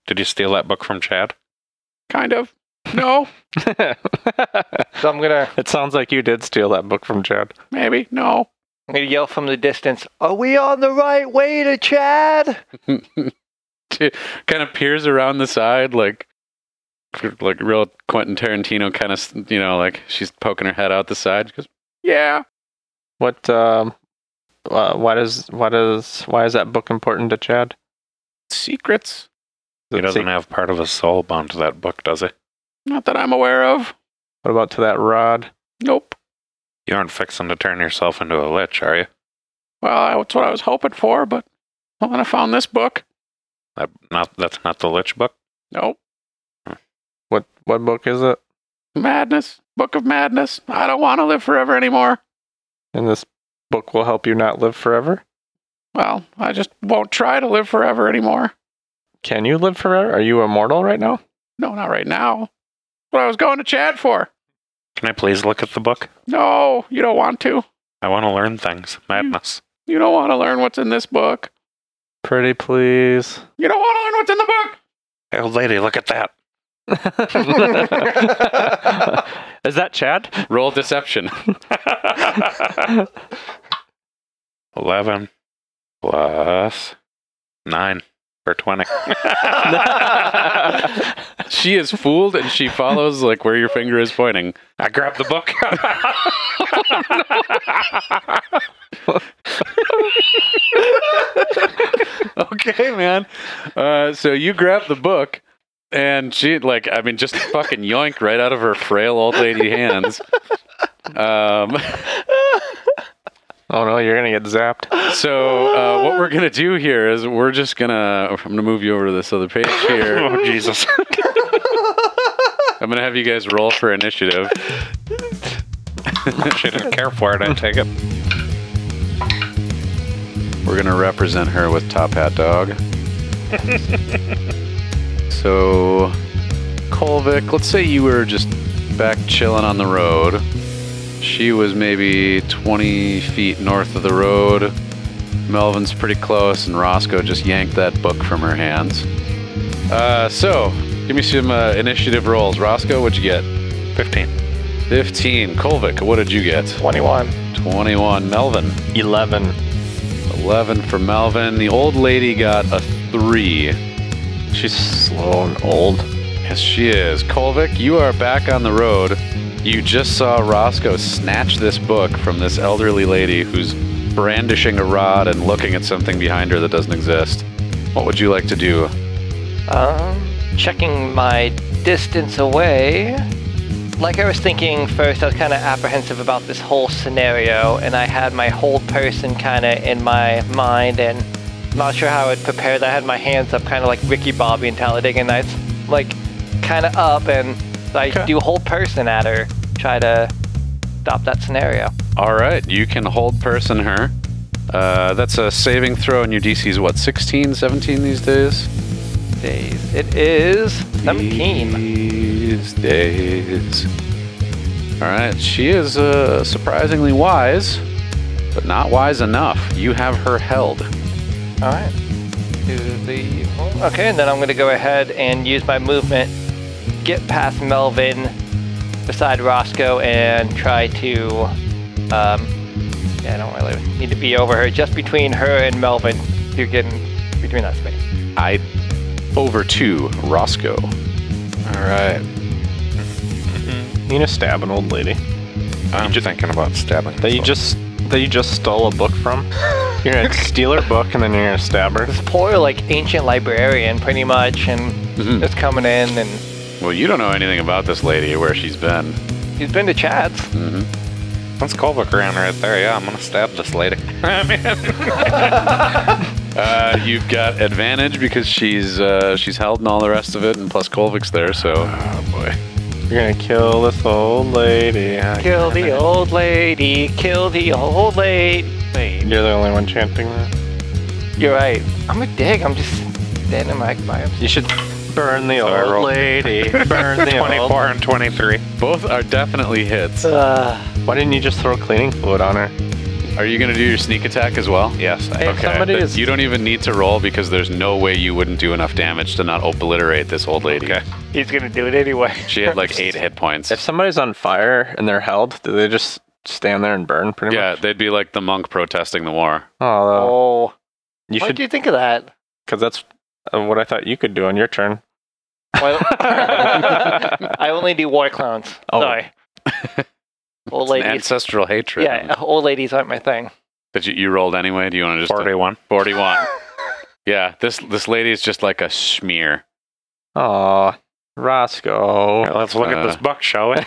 Did you steal that book from Chad? Kind of. No, it So I'm gonna, sounds like you did steal that book from Chad. maybe, no. I'm gonna yell from the distance. Are we on the right way to Chad? kind of peers around the side like like real Quentin Tarantino kind of you know like she's poking her head out the side she goes yeah What? Um, uh, why does why does why is that book important to Chad? secrets He Let's see. doesn't have part of his soul bound to that book, does he? not that I'm aware of What about to that rod? nope You aren't fixing to turn yourself into a lich, are you? well that's what I was hoping for but well, then I found this book That not that's not the lich book. nope What what book is it? madness book of madness I don't want to live forever anymore And this book will help you not live forever. well I just won't try to live forever anymore Can you live forever? Are you immortal right now? no not right now what I was going to Chad for Can I please look at the book? no you don't want to I want to learn things. Madness. you don't want to learn what's in this book Pretty please. you don't want to learn what's in the book Hey, old lady, look at that. is that Chad? Roll deception. 11 plus 9 for 20. Oh, she is fooled and she follows like where your finger is pointing. I grabbed the book. Okay, man. Uh, so you grab the book and she like I mean just fucking yoink right out of her frail old lady hands. Um, Oh no, you're gonna get zapped. so uh, what we're gonna do here is we're just gonna I'm gonna move you over to this other page here. oh, Jesus. I'm gonna have you guys roll for initiative. she didn't care for it, I take it. We're gonna represent her with Top Hat Dog. so, Kolvik, let's say you were just back chilling on the road. She was maybe 20 feet north of the road. Melvin's pretty close, and Roscoe just yanked that book from her hands. Uh, so, give me some uh, initiative rolls. Roscoe, what'd you get? 15. 15. Kolvik, what did you get? 21. 21. Melvin, Eleven. 11 for Melvin. The old lady got a 3. She's slow and old. Yes, she is. Kolvik, you are back on the road. You just saw Roscoe snatch this book from this elderly lady who's brandishing a rod and looking at something behind her that doesn't exist. What would you like to do? Um, checking my distance away. Like I was thinking first, I was kind of apprehensive about this whole scenario, and I had my whole person kind of in my mind, and I'm not sure how I would prepare. I had my hands up, kind of like Ricky Bobby and Talladega Nights, like kind of up, and I do whole person at her, try to stop that scenario. All right, you can hold person her. Uh, that's a saving throw, and your DC is what, 16, 17 these days? Days. It is 17. These days. All right, she is uh, surprisingly wise, but not wise enough. You have her held. All right. To the oh, okay, and then I'm gonna go ahead and use my movement, get past Melvin, beside Roscoe, and try to. Um, yeah, I don't really need to be over her. Just between her and Melvin, you're getting between that space. I over to Roscoe. All right. You need to stab Mm-hmm. an old lady I'm thinking about stabbing. that you myself. just that you just stole a book from. You're gonna steal her book and then you're gonna stab her. This poor like ancient librarian, pretty much, and just coming in, and Well, you don't know anything about this lady or where she's been. he's been to Chad's. That's Kolvik around right there. Yeah, I'm gonna stab this lady. I mean, Uh, you've got advantage because she's uh, she's held and all the rest of it, and plus Kolvik's there, so. Oh boy. You're gonna kill this old lady. Kill the old lady. Kill the old lady. Wait, You're the only one chanting that. you're right. I'm a dick. I'm just standing my by. You should burn the I old rolled- lady. Burn the old. 24 and 23. Both are definitely hits. Uh, Why didn't you just throw cleaning fluid on her? Are you going to do your sneak attack as well? Yes, I If somebody but is- You don't even need to roll because there's no way you wouldn't do enough damage to not obliterate this old lady. Okay. He's gonna do it anyway. She had like eight hit points. If somebody's on fire and they're held, do they just stand there and burn pretty Yeah, much? they'd be like the monk protesting the war. Oh, Oh, you what should, did you think of that? because that's uh, what I thought you could do on your turn. Well, I only do war clowns. Oh. Sorry, old It's an ladies. ancestral hatred. Yeah, old ladies aren't my thing. But you, you rolled anyway. Do you want to just 41. 41. yeah, this this lady is just like a smear. Oh, Roscoe. Alright, let's look at this Uh, book, shall we?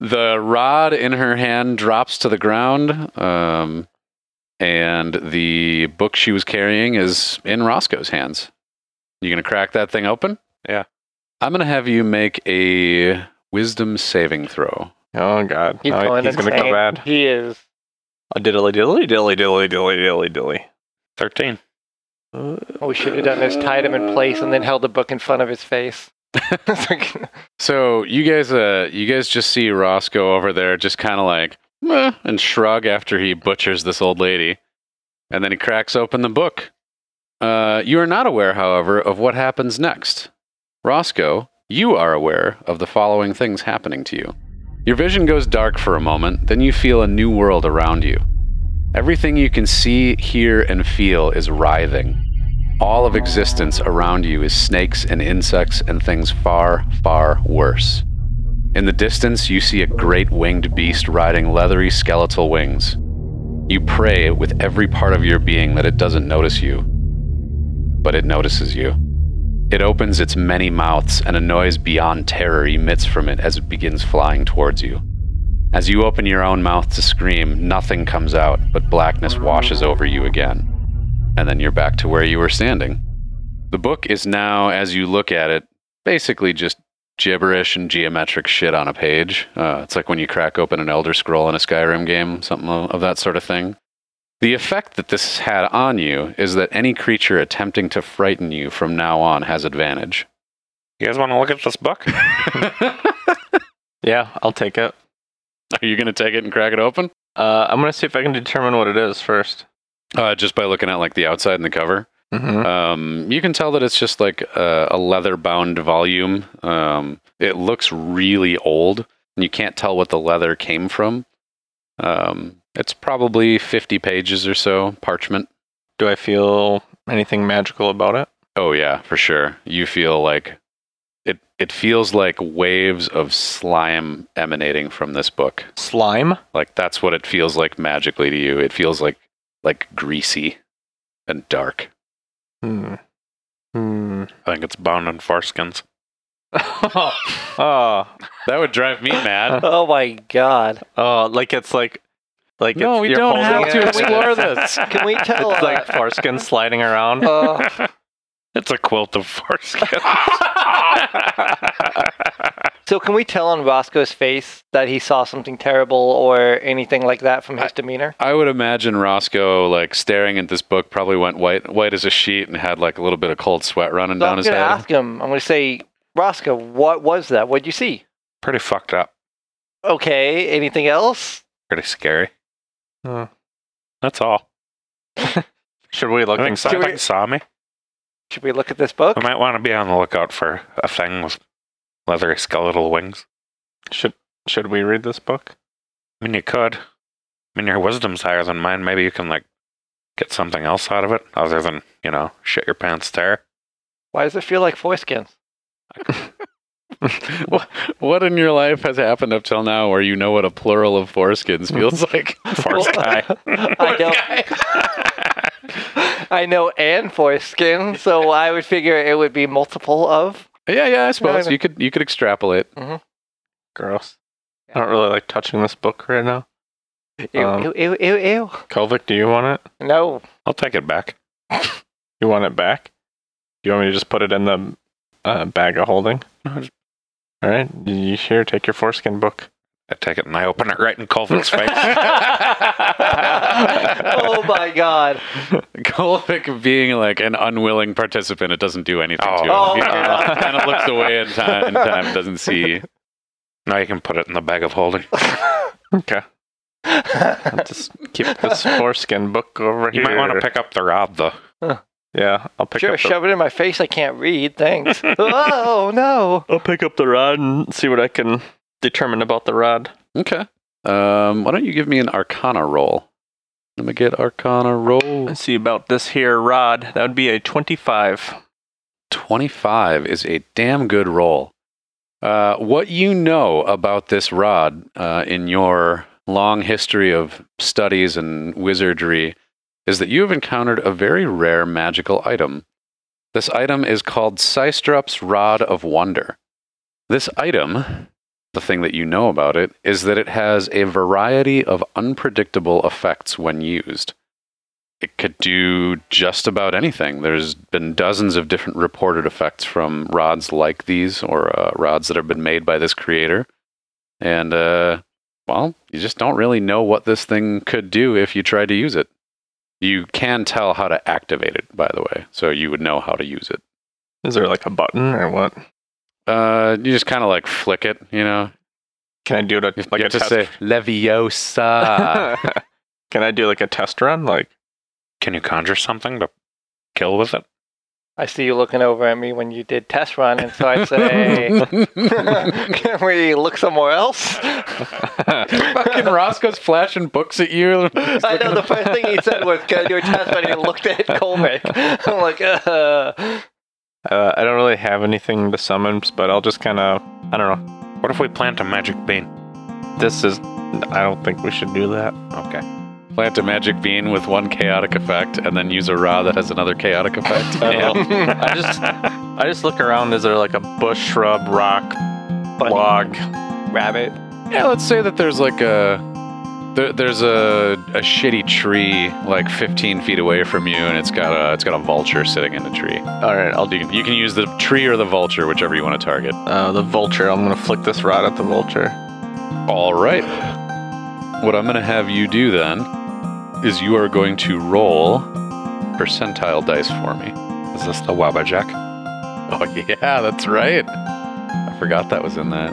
The rod in her hand drops to the ground, um, and the book she was carrying is in Roscoe's hands. You gonna crack that thing open? Yeah. I'm gonna have you make a wisdom saving throw. Oh God, He's No, going he's gonna insane. go bad. He is. A diddly dilly dilly dilly dilly dilly dilly. 13. What we should have done is tied him in place and then held the book in front of his face. It's like, So you guys, uh, you guys just see Roscoe over there, just kind of like "Meh," and shrug after he butchers this old lady, and then he cracks open the book. Uh, you are not aware, however, of what happens next. Roscoe, you are aware of the following things happening to you. Your vision goes dark for a moment, then you feel a new world around you. Everything you can see, hear, and feel is writhing. All of existence around you is snakes and insects and things far, far worse. In the distance, you see a great winged beast riding leathery skeletal wings. You pray with every part of your being that it doesn't notice you, but it notices you. It opens its many mouths, and a noise beyond terror emits from it as it begins flying towards you. As you open your own mouth to scream, nothing comes out, but blackness washes over you again and then you're back to where you were standing. The book is now, as you look at it, basically just gibberish and geometric shit on a page. Uh, it's like when you crack open an Elder Scroll in a Skyrim game, something of of that sort of thing. The effect that this has had on you is that any creature attempting to frighten you from now on has advantage. You guys want to look at this book? Yeah, I'll take it. Are you going to take it and crack it open? Uh, I'm gonna see if I can determine what it is first. Uh, just by looking at like the outside and the cover. Mm-hmm. Um, you can tell that it's just like a, a leather-bound volume. Um, it looks really old, and you can't tell what the leather came from. Um, It's probably 50 pages or so, parchment. Do I feel anything magical about it? Oh yeah, for sure. You feel like it it feels like waves of slime emanating from this book. Slime? Like that's what it feels like magically to you. It feels like like greasy and dark. Hmm. Hmm. I think it's bound in foreskins. oh, oh, That would drive me mad. Oh my god. oh, like it's like, like no, it's, we you're don't holding have it. to explore this. Can we tell? It's like foreskin sliding around. uh, It's a quilt of foreskins. So can we tell on Roscoe's face that he saw something terrible or anything like that from his demeanor? I would imagine Roscoe like staring at this book probably went white white as a sheet and had like a little bit of cold sweat running So down I'm his gonna head. ask him. I'm gonna say, Roscoe, what was that? What'd you see? Pretty fucked up. Okay. Anything else? Pretty scary. Hmm. That's all. Should we look I think inside? something saw me. Should we look at this book? I Um, might want to be on the lookout for a thing with leathery skeletal wings. Should Should we read this book? I mean, you could. I mean, your wisdom's higher than mine. Maybe you can, like, get something else out of it other than, you know, shit your pants there. Why does it feel like foreskins? What- what in your life has happened up till now where you know what a plural of foreskins feels like? Foreskin. I don't. I know and foreskin, so I would figure it would be multiple of. yeah, yeah, I suppose no. you could you could extrapolate. Gross. I don't really like touching this book right now. Ew, Um, ew, ew, ew, ew. Kovic, do you want it? No. I'll take it back. You want it back? Do you want me to just put it in the uh, bag of holding? No, just- All right. You here? Take your foreskin book. I take it and I open it right in Colvin's face. oh my god. Kolvik being like an unwilling participant, it doesn't do anything Oh. to him. Oh, he yeah. kind of looks away in time, in time doesn't see. Now you can put it in the bag of holding. Okay. I'll just keep this foreskin book over here. You might want to pick up the rod, though. Yeah, I'll pick Sure, up. The, shove it in my face. I can't read. Thanks. oh no. I'll pick up the rod and see what I can determine about the rod. Okay. Um, why don't you give me an Arcana roll? Let me get Arcana roll. Let's see about this here rod. That would be a twenty-five. 25 is a damn good roll. Uh, what you know about this rod uh, in your long history of studies and wizardry is that you have encountered a very rare magical item. This item is called Systrup's Rod of Wonder. This item, the thing that you know about it, is that it has a variety of unpredictable effects when used it could do just about anything. There's been dozens of different reported effects from rods like these or uh, rods that have been made by this creator. And, uh, well, you just don't really know what this thing could do if you tried to use it. You can tell how to activate it, by the way, so you would know how to use it. Is there like a button or what? Uh, you just kind of like flick it, you know? Can I do it a, You, like you a have to test? say, Ah. Leviosa. can I do like a test run? Like Can you conjure something to kill with it? I see you looking over at me when you did test run, and so I say, "Can we look somewhere else?" Fucking Roscoe's flashing books at you. I know the first thing he said was, "Can I do a test run?" He looked at Colmick. I'm like, uh, uh, I don't really have anything to summon, but I'll just kind of I don't know. What if we plant a magic bean? This is I don't think we should do that. Okay. Plant a magic bean with one chaotic effect, and then use a raw that has another chaotic effect. I, don't know. I just I just look around. Is there like a bush, shrub, rock, log? rabbit. Yeah, let's say that there's like a there, there's a, a shitty tree like 15 feet away from you, and it's got a it's got a vulture sitting in the tree. All right, I'll do You can, you can use the tree or the vulture, whichever you want to target. uh, the vulture. I'm gonna flick this rod at the vulture. All right. What I'm going to have you do then is you are going to roll percentile dice for me. Is this the Wabajack? Oh yeah, that's right. I forgot that was in that.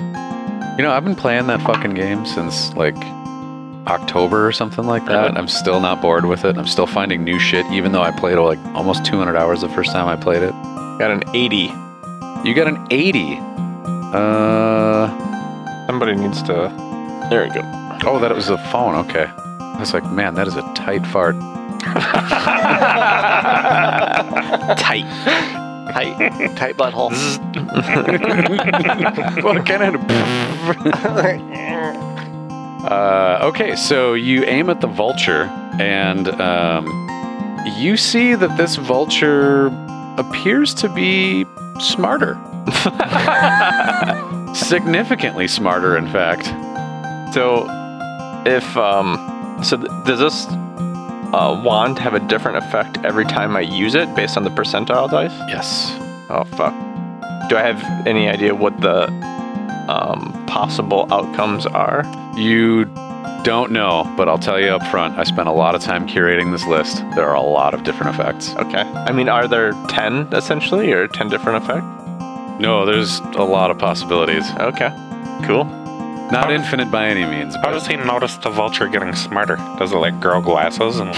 You know, I've been playing that fucking game since like October or something like that. I'm still not bored with it. I'm still finding new shit, even though I played like almost 200 hours the first time I played it. Got an 80. You got an Uh, 80. Uh Somebody needs to. There we go. oh, that was the phone. Okay. was like, man, that is a tight fart. Tight. Tight. Tight butthole. well, it kind of Uh, okay, so you aim at the vulture, and um, you see that this vulture appears to be smarter. Significantly smarter, in fact. So, if um, so th- does this uh, wand have a different effect every time I use it based on the percentile dice? Yes. Oh fuck! Do I have any idea what the um, possible outcomes are? You don't know, but I'll tell you up front, I spent a lot of time curating this list. There are a lot of different effects. Okay. I mean, are there ten essentially, or ten different effects? No, there's a lot of possibilities. Okay. Cool. Not infinite by any means, How but does he notice the vulture getting smarter? Does it like grow glasses and like?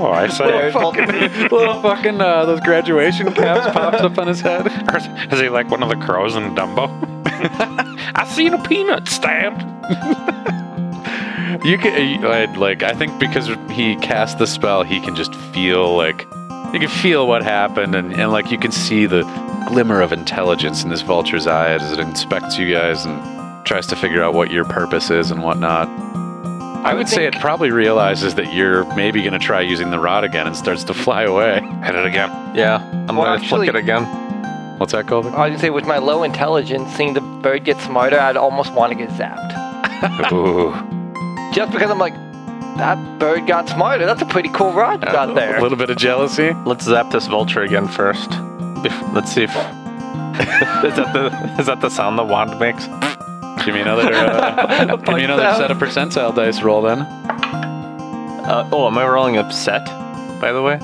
oh, I say. little fucking uh, those graduation caps pops up on his head. Is he like one of the crows in Dumbo? I seen a peanut stand. You can uh, I'd like I think because he cast the spell, he can just feel like you can feel what happened, and, and like you can see the glimmer of intelligence in this vulture's eye as it inspects you guys and tries to figure out what your purpose is and whatnot. I, would say it probably realizes that you're maybe going to try using the rod again and starts to fly away. Hit it again. Yeah. I'm Well, gonna actually- flick it again. What's that called? I was gonna say, with my low intelligence, seeing the bird get smarter, I'd almost want to get zapped. Ooh. Just because I'm like, that bird got smarter. That's a pretty cool rod you got A there. little bit of jealousy. Let's zap this vulture again first. Bef- Let's see if. is, that the, is that the sound the wand makes? Give me another. Uh, give me another set of percentile dice roll then. Uh, oh, am I rolling upset, by the way?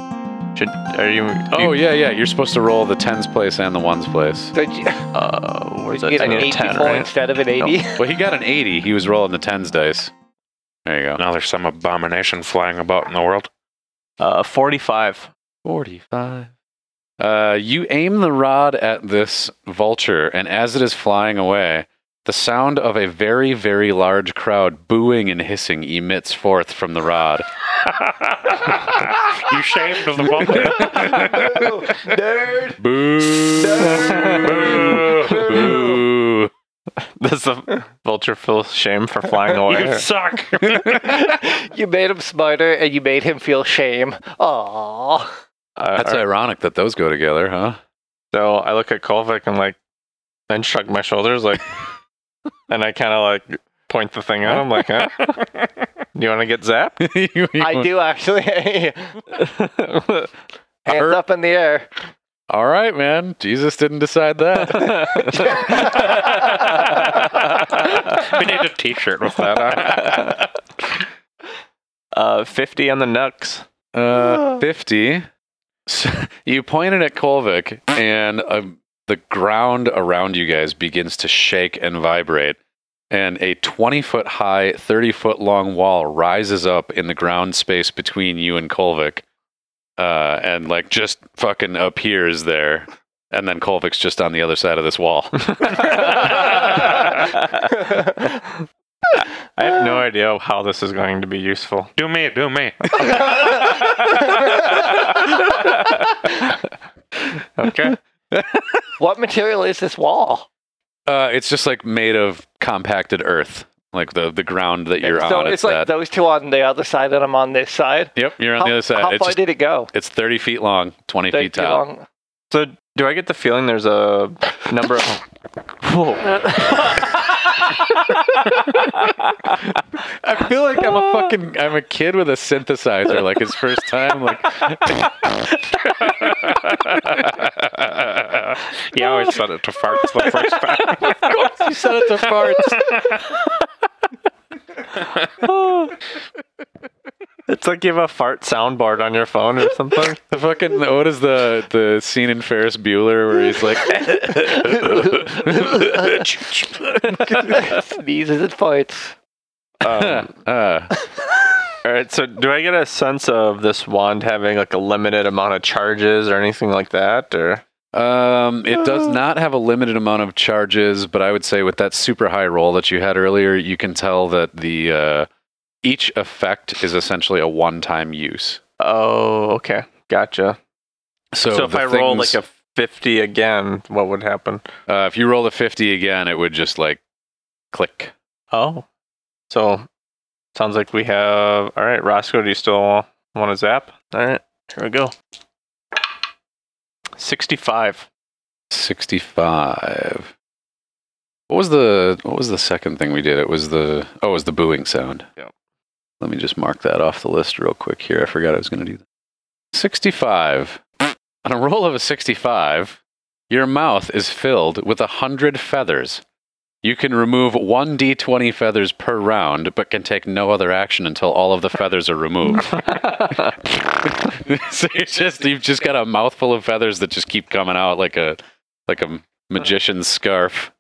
Should, are you. Oh yeah, yeah. You're supposed to roll the tens place and the ones place. Did you, Uh, what is did you it? Oh, get an I need a 84 10, right? instead of an 80? Well, he got an 80. He was rolling the tens dice. There you go. Now there's some abomination flying about in the world. Uh, 45. 45. Uh, you aim the rod at this vulture, and as it is flying away, the sound of a very, very large crowd booing and hissing emits forth from the rod. you shamed the vulture. Boo! Boo! Does the vulture feel shame for flying away? you suck. you made him smarter and you made him feel shame. Aww. Uh, That's ironic that those go together, huh? So I look at Kolvik and like, and shrug my shoulders, like, and I kind of like point the thing at him, like, huh? You want to get zapped? You- you- I do actually. Hands up in the air. All right, man. Jesus didn't decide that. we need a T-shirt with that on. uh, 50 on the nux. Uh, 50. So you pointed at Kolvik, and uh, the ground around you guys begins to shake and vibrate. And a 20 foot high, 30 foot long wall rises up in the ground space between you and Kolvik. Uh, and like just fucking appears there. And then Kolvik's just on the other side of this wall. I have no idea how this is going to be useful. Do me, do me. Okay. What material is this wall? uh, it's just like made of compacted earth, like the, the ground that you're so on. it's like that. those two on the other side and I'm on this side. yep, you're on how the other side. how it's far just- did it go? It's 30 feet long, 20 Thirty feet tall. long. So, do I get the feeling there's a number of. Whoa. I feel like I'm a fucking I'm a kid with a synthesizer like his first time like You always said it to farts the first time. you set it to farts. It's like you have a fart soundboard on your phone or something. The fucking what is the the scene in Ferris Bueller where he's like Sneezes and farts. Um, uh, All right, so do I get a sense of this wand having like a limited amount of charges or anything like that, or Um, it does not have a limited amount of charges, but I would say with that super high roll that you had earlier, you can tell that the uh, each effect is essentially a one-time use. Oh, okay. Gotcha. So, so if the I roll things- like a 50 again, what would happen? uh, if you roll a fifty again, it would just like click. Oh. So sounds like we have. All right, Roscoe, do you still want to zap? All right, here we go. 65. 65 what was the what was the second thing we did it was the oh it was the booing sound Yep. let me just mark that off the list real quick here i forgot i was going to do that 65 on a roll of a 65 your mouth is filled with a hundred feathers you can remove 1d20 feathers per round but can take no other action until all of the feathers are removed so you just you've just got a mouthful of feathers that just keep coming out like a like a magician's scarf.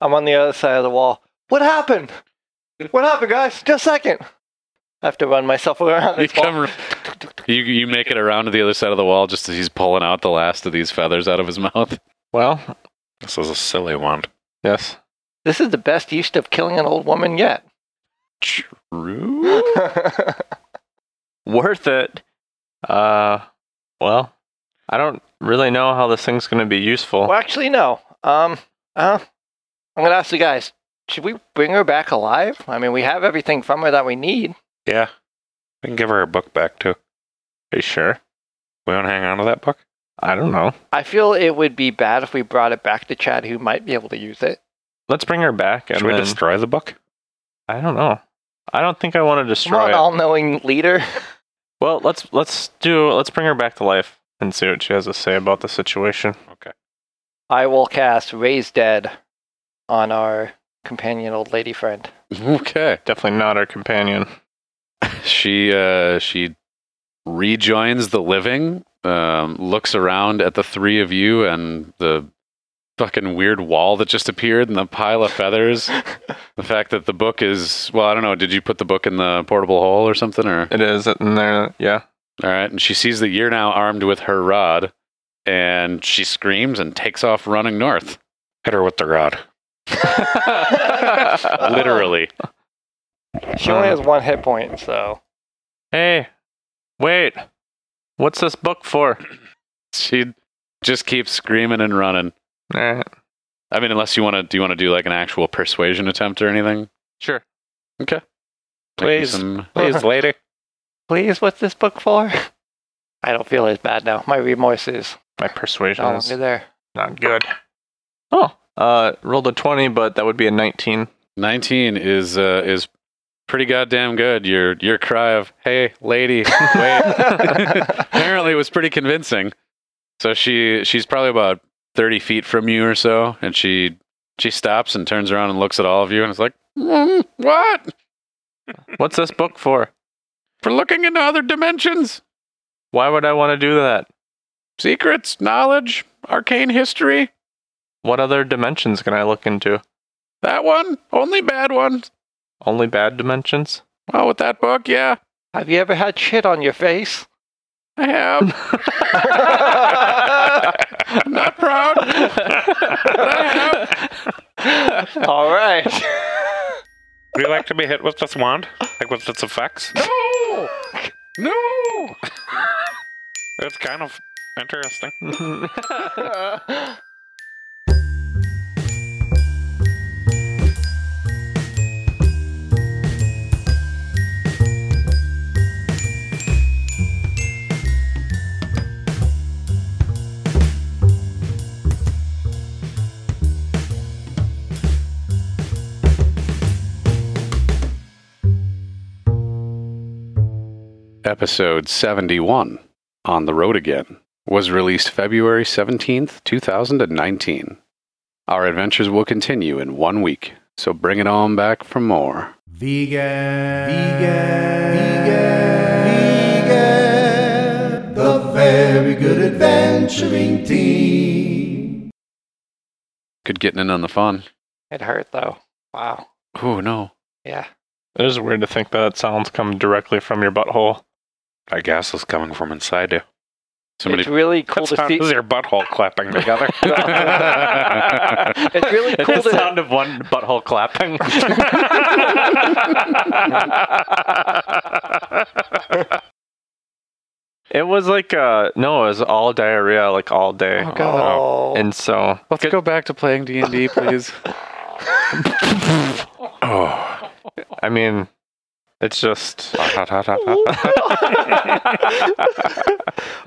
I'm on the other side of the wall. What happened? What happened, guys? Just a second. I have to run myself around You this wall. come, you you make it around to the other side of the wall just as he's pulling out the last of these feathers out of his mouth. Well, This is a silly one. yes. This is the best use of killing an old woman yet. True. Worth it. Uh, well, I don't really know how this thing's going to be useful. well, actually, no. Um, uh, I'm gonna ask you guys. Should we bring her back alive? I mean, we have everything from her that we need. Yeah. We can give her her book back too. Are you sure? We want to hang on to that book? I don't know. I feel it would be bad if we brought it back to Chad, who might be able to use it. Let's bring her back. And Should we then- destroy the book? I don't know. I don't think I want to Come destroy on, it. all-knowing leader. Well, let's let's do let's bring her back to life and see what she has to say about the situation. I will cast Raise Dead on our companion old lady friend. Okay. Definitely not our companion. She uh she rejoins the living. Um, looks around at the three of you and the fucking weird wall that just appeared and the pile of feathers. the fact that the book is well, I don't know. Did you put the book in the portable hole or something or? It is in there. Yeah. All right, and she sees that you're now armed with her rod, and she screams and takes off running north, Hit her with the rod. Oh. literally. She only has one hit point, so Um, Hey, wait. What's this book for? She just keeps screaming and running. All right. I mean, unless you want to, do you want to do like an actual persuasion attempt or anything? Sure. Might be Please. some- Please, lady. please, what's this book for? I don't feel as bad now. My remorse is My persuasion no is longer there. not good. Oh, uh, rolled a twenty, but that would be a nineteen. Nineteen is uh, is pretty goddamn good. Your your cry of "Hey, lady, wait!" apparently was pretty convincing. So she she's probably about thirty feet from you or so, and she she stops and turns around and looks at all of you, and is like, "Mm, "What?" What's this book for? for looking into other dimensions, Why would I want to do that? secrets, knowledge, arcane history. What other dimensions can I look into? That one, only bad ones. Only bad dimensions. Well, with that book, yeah, Have you ever had shit on your face? I have. I'm not proud. All right. Would you like to be hit with this wand? Like with its effects? No, no. It's kind of interesting. Episode 71, On the Road Again, was released February 17th, 2019. Our adventures will continue in one week, so bring it on back for more. Vegan. Vegan. Vegan. The very good adventuring team. Good getting in on the fun. it hurt though. Wow. Oh, no. Yeah. It is weird to think that sounds come directly from your butthole. I guess it's coming from inside you. Somebody it's really cool That to sound see. is your butthole clapping together. It's really It's cool the to sound of one butthole clapping. it was like uh no, it was all diarrhea like all day. Oh, God. And so Let's go back to playing D and D, please. I mean it's just Hot, hot, hot, hot.